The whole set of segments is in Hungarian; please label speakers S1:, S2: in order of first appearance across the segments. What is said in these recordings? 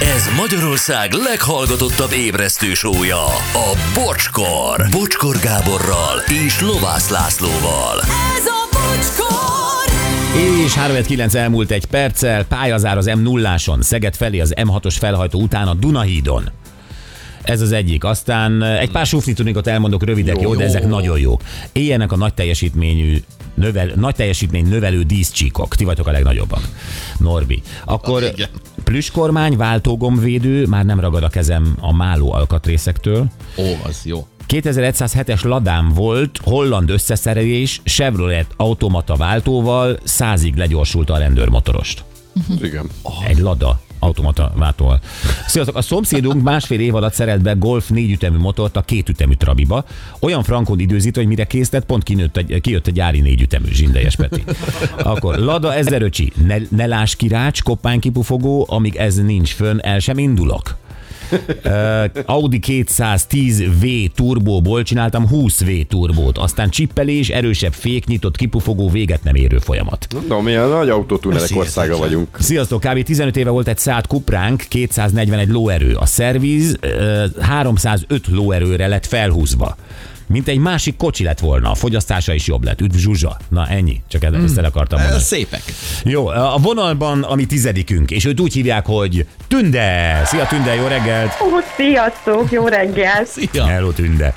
S1: Ez Magyarország leghallgatottabb ébresztő sója, a Bocskor. Bocskor Gáborral és Lovász Lászlóval.
S2: Ez a bocskor!
S3: És 39 elmúlt egy perccel, pályazár az M0-áson, Szeged felé az M6-os felhajtó után a Dunahídon. Ez az egyik. Aztán egy pár sufnitunikot elmondok rövidek, jó, jó, de ezek nagyon jók. Éljenek a nagy teljesítményű Növel, nagy teljesítmény növelő díszcsíkok. Ti vagytok a legnagyobbak. Norbi. Akkor
S4: Igen.
S3: plüskormány, váltógomvédő, már nem ragad a kezem a máló alkatrészektől.
S4: Ó, az jó.
S3: 2107-es ladám volt, holland összeszerelés, Chevrolet automata váltóval, százig legyorsulta a rendőrmotorost.
S5: Igen.
S3: Egy lada automata váltóval. Sziasztok, a szomszédunk másfél év alatt szerelt be Golf négyütemű motort a kétütemű Trabiba. Olyan frankon időzít, hogy mire készített, pont kinőtt egy, kijött egy gyári négyütemű zsindelyes Peti. Akkor Lada ezer öcsi, ne, ne láss kirács, koppány kipufogó, amíg ez nincs fönn, el sem indulok. Audi 210V turbóból csináltam 20V turbót, aztán csippelés, erősebb fék, nyitott kipufogó, véget nem érő folyamat.
S5: Na, milyen nagy autótunerek
S4: Ez
S5: országa
S4: hihetetlen.
S5: vagyunk.
S3: Sziasztok, kb. 15 éve volt egy Seat Cupránk, 241 lóerő. A szerviz ö, 305 lóerőre lett felhúzva. Mint egy másik kocsi lett volna, a fogyasztása is jobb lett. Üdv Zsuzsa. Na ennyi, csak e- ezt el akartam mondani.
S4: Szépek.
S3: Jó, a vonalban a mi tizedikünk, és őt úgy hívják, hogy Tünde. Szia Tünde, jó reggelt!
S6: Ó, Sziasztok, jó reggelt!
S4: Szia.
S3: Hello Tünde.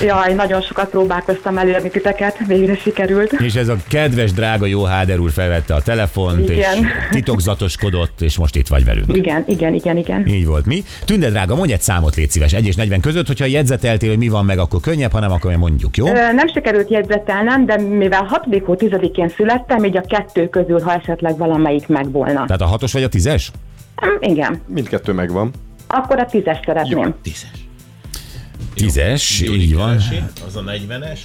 S6: Jaj, nagyon sokat próbálkoztam elérni titeket, végre sikerült.
S3: És ez a kedves, drága jó Háder úr felvette a telefont, és
S6: Igen.
S3: titokzatoskodott, és most itt vagy velünk.
S6: Igen, igen, igen, igen.
S3: Így volt mi. Tünde drága, mondj egy számot, légy szíves, 1 és 40 között, hogyha jegyzeteltél, hogy mi van meg, akkor könnyebb, hanem akkor mondjuk, jó?
S6: Ö, Nem sikerült jegyzetelnem, de mivel 6. hó 10-én születtem, így a kettő közül, ha esetleg valamelyik meg volna.
S3: Tehát a hatos vagy a tízes?
S6: Hm, Igen,
S5: Mindkettő megvan.
S6: akkor a tízes szeretném.
S4: Tízes.
S3: Tízes, így van.
S4: Az a 40-es.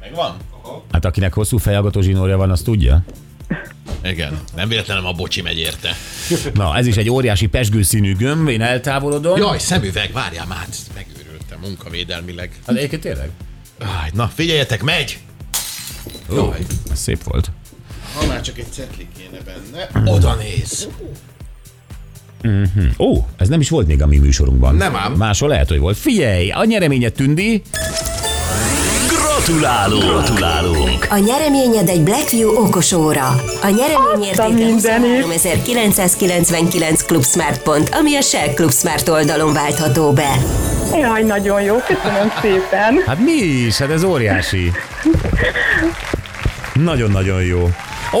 S4: Megvan?
S3: Hát akinek hosszú fejhallgató zsinórja van, azt tudja.
S4: Igen. Nem véletlenem a bocsi megy érte.
S3: Na, ez is egy óriási pesgőszínű gömb, én eltávolodom.
S4: Jaj, szemüveg, várjál már. Megőrültem munkavédelmileg.
S3: Hát egyébként tényleg.
S4: Áj, na, figyeljetek, megy!
S3: Jó, ez szép volt.
S4: Ha már csak egy cetli kéne benne. Oda néz.
S3: Ó, ez nem is volt még a mi műsorunkban.
S4: Nem ám.
S3: Máshol lehet, hogy volt. Figyelj, a nyereménye Tündi.
S1: Gratulálunk! Gratulálunk!
S2: A nyereményed egy Blackview okos óra. A nyeremény értéke
S6: mindenit.
S2: 3999 Club Smart pont, ami a Shell Club Smart oldalon váltható be.
S6: Jaj, nagyon jó, köszönöm szépen.
S3: Hát mi is? Hát ez óriási. Nagyon-nagyon jó.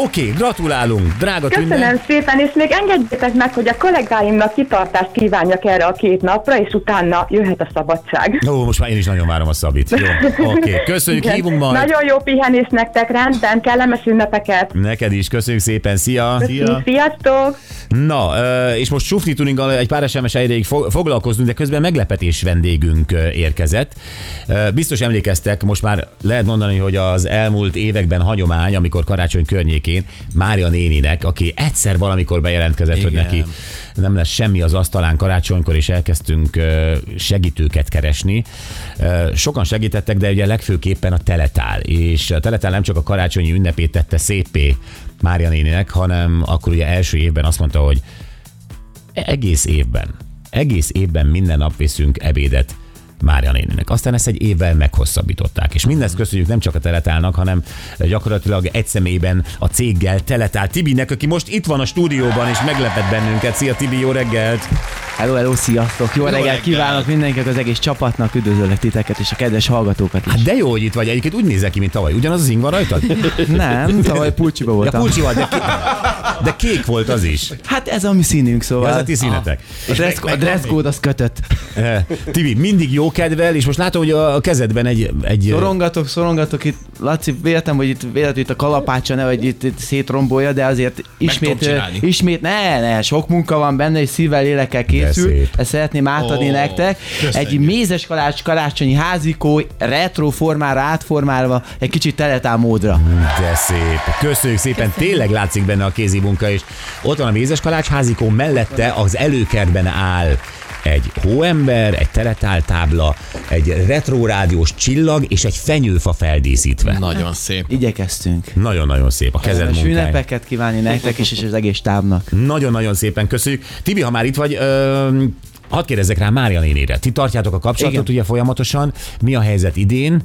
S3: Oké, gratulálunk, drága Tünde.
S6: Köszönöm szépen, és még engedjétek meg, hogy a kollégáimnak kitartást kívánjak erre a két napra, és utána jöhet a szabadság.
S3: Ó, most már én is nagyon várom a Szabit. Jó, oké, köszönjük,
S6: Igen.
S3: hívunk majd.
S6: Nagyon jó pihenés nektek, rendben, kellemes ünnepeket.
S3: Neked is, köszönjük szépen, szia!
S6: Köszi, Sziasztok!
S3: Na, ö, és most Sufni Tuninggal egy pár SMS ideig fo- foglalkozunk, de közben meglepetés vendégünk ö, érkezett. Ö, Biztos emlékeztek, most már lehet mondani, hogy az elmúlt években hagyomány, amikor karácsony környékén Mária néninek, aki egyszer valamikor bejelentkezett, hogy
S4: Igen.
S3: neki nem lesz semmi az asztalán karácsonykor, és elkezdtünk ö, segítőket keresni. Ö, Sokan segítettek, de ugye legfőképpen a Teletál, és a Teletál nem csak a karácsonyi ünnepét tette szépé Mária néninek, hanem akkor ugye első évben azt mondta, hogy egész évben, egész évben minden nap viszünk ebédet Mária néninek. Aztán ezt egy évvel meghosszabbították. És mindezt köszönjük nem csak a teletálnak, hanem gyakorlatilag egy személyben a céggel teletál Tibinek, aki most itt van a stúdióban és meglepett bennünket. Szia Tibi, jó reggelt!
S7: Hello, hello, sziasztok! Jó, reggelt
S4: reggelt!
S7: kívánok mindenkinek, az egész csapatnak, üdvözöllek titeket és a kedves hallgatókat is.
S3: Hát de jó, hogy itt vagy. Egyébként úgy nézek ki, mint tavaly. Ugyanaz az ing van rajtad?
S7: Nem, tavaly pulcsiba
S3: Ja,
S7: voltam.
S3: kulcsi volt, de, ké- de kék volt az is.
S7: Hát ez a mi színünk, szóval.
S3: Ez a ti színetek.
S7: A dress, a dress code az kötött.
S3: Eh, Tibi, mindig jó kedvel, és most látom, hogy a a kezedben egy... egy
S7: Szorongatok, szorongatok itt. Laci, véltem, hogy itt véletlenül itt a kalapácsa ne, vagy itt, itt szétrombolja, de azért ismét,
S4: tudom
S7: ö,
S4: csinálni.
S7: ismét, ne, ne, sok munka van benne, és szívvel, lélekkel készül.
S3: szép.
S7: Ezt szeretném átadni
S4: Ó,
S7: nektek.
S4: köszönjük.
S7: Egy mézes kalács, karácsonyi házikó, retro formára átformálva, egy kicsit teletál módra.
S3: De szép. Köszönjük szépen. Tényleg látszik benne a kézi munka, és ott van a mézes kalács házikó mellette az előkertben áll egy hóember, egy teletáltábla, egy retro rádiós csillag és egy fenyőfa feldíszítve.
S4: Nagyon szép.
S7: Igyekeztünk.
S3: Nagyon-nagyon szép a kezed
S7: Kellemes
S3: munkája.
S7: ünnepeket kívánni nektek is, és az egész tábnak.
S3: Nagyon-nagyon szépen köszönjük. Tibi, ha már itt vagy, ö, hadd kérdezzek rá Mária nénére. Ti tartjátok a kapcsolatot
S7: Igen.
S3: ugye folyamatosan. Mi a helyzet idén?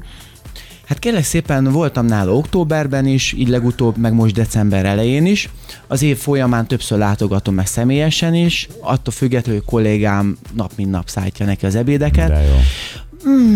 S7: Hát kérlek szépen voltam nála októberben is, így legutóbb, meg most december elején is. Az év folyamán többször látogatom meg személyesen is, attól függetlenül, hogy kollégám nap mint nap szállítja neki az ebédeket.
S3: De jó.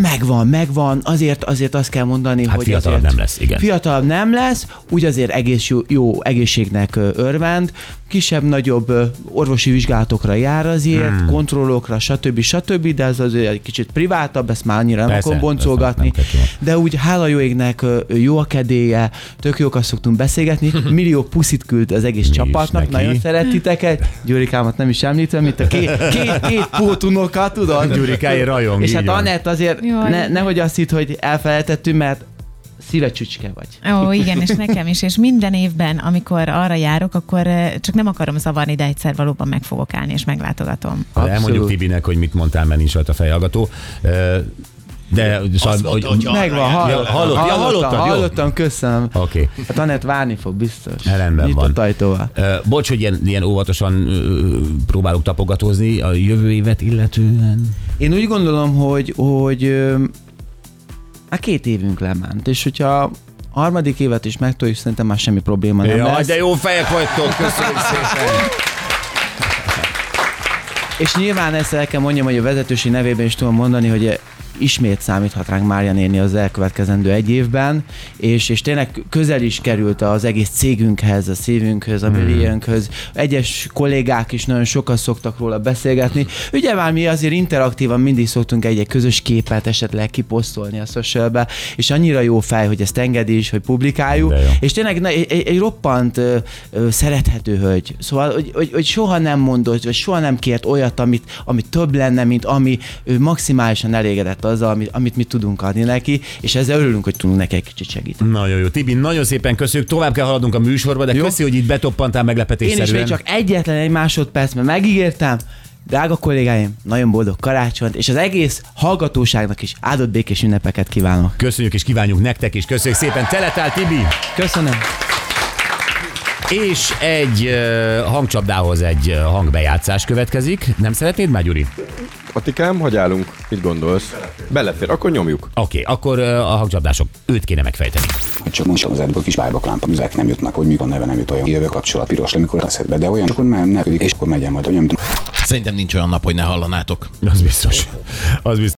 S7: Megvan, megvan, azért, azért azt kell mondani,
S3: Hát
S7: hogy
S3: fiatalabb
S7: azért
S3: nem lesz, igen.
S7: Fiatalabb nem lesz, úgy azért egész jó, jó egészségnek ö, örvend, kisebb-nagyobb ö, orvosi vizsgálatokra jár azért, hmm. kontrollokra, stb. stb., de ez azért egy kicsit privátabb, ezt már annyira nem
S3: Persze,
S7: akarom
S3: persze,
S7: boncolgatni,
S3: nem kell
S7: de úgy hála jó égnek ö, ö, jó a kedélye, tök jókat szoktunk beszélgetni, millió puszit küld az egész
S3: is
S7: csapatnak,
S3: neki.
S7: nagyon szeretiteket, Gyurikámat nem is említem, itt a két, két, két pótunokat, tudod?
S3: Gyurikáé rajong,
S7: És
S3: így
S7: hát
S3: van.
S7: Anett azért
S8: Jaj.
S7: ne, nehogy azt hitt, hogy elfelejtettünk, mert szívecsücske vagy.
S8: Ó, igen, és nekem is, és minden évben, amikor arra járok, akkor eh, csak nem akarom zavarni, de egyszer valóban meg fogok állni, és meglátogatom.
S3: Abszolút. Elmondjuk
S7: Abszolút.
S3: Tibinek, hogy mit mondtál, mert nincs rajta fejhallgató. Ö, De szóval,
S4: mondta, hogy a-
S7: Megvan, hall,
S3: Ja, hallott- ja, hallottad,
S7: hallottam,
S3: jó.
S7: hallottam, köszönöm.
S3: Oké.
S7: Hát Anett várni fog, biztos.
S3: Ellenben
S7: Nyitott
S3: van.
S7: ajtóval.
S3: Ö, Bocs, hogy ilyen, ilyen óvatosan ö, próbálok tapogatózni a jövő évet illetően.
S7: Én úgy gondolom, hogy, hogy ö, már két évünk lement, és hogyha a harmadik évet is megtoljuk, szerintem már semmi probléma nem
S3: Jaj,
S7: lesz.
S3: de jó fejek vagytok, köszönjük szépen.
S7: És nyilván ezt el kell mondjam, hogy a vezetőség nevében is tudom mondani, hogy ismét számíthat ránk Mária néni az elkövetkezendő egy évben, és, és tényleg közel is került az egész cégünkhez, a szívünkhöz,
S3: Hmm.
S7: a milliónkhöz. Egyes kollégák is nagyon sokat szoktak róla beszélgetni. Ugye már mi azért interaktívan mindig szoktunk egy, egy közös képet esetleg kiposztolni a socialbe, és annyira jó fej, hogy ezt engedi is, hogy publikáljuk.
S3: De jó.
S7: És tényleg na, egy, egy- egy roppant ö, ö, szerethető hölgy. Szóval, hogy, hogy, hogy soha nem mondott, vagy soha nem kért olyat, amit, amit több lenne, mint ami ő maximálisan elégedett azzal, amit, amit mi tudunk adni neki, és ezzel örülünk, hogy tudunk neki egy kicsit segíteni.
S3: Nagyon jó. Tibi, nagyon szépen köszönjük. Tovább kell haladnunk a műsorba, de jó?
S7: Jó.
S3: köszi, hogy itt betoppantál
S7: Én is
S3: meglepetésszerűen.
S7: még csak egyetlen egy másodperc, mert megígértem, drága kollégáim, nagyon boldog karácsonyt, és az egész hallgatóságnak is áldott békés ünnepeket kívánok.
S3: Köszönjük és kívánjuk nektek is. Köszönjük szépen. Teletál Tibi.
S7: Köszönöm.
S3: És egy ö, hangcsapdához egy ö, hangbejátszás következik. Nem szeretnéd már, Gyuri?
S5: Atikám, hogy állunk? Mit gondolsz? Belefér, akkor nyomjuk.
S3: Oké, okay, akkor ö, a hangcsapdások. Őt kéne megfejteni.
S9: Hát Csak most az ebből kis bájbak lámpa, műzek nem jutnak, hogy mikor neve nem jut olyan jövő kapcsolat piros, le, mikor eszedbe, de olyan, akkor már ne és akkor megyen majd, hogy nem tudom.
S4: Szerintem nincs olyan nap, hogy ne hallanátok.
S3: Az biztos. Az biztos.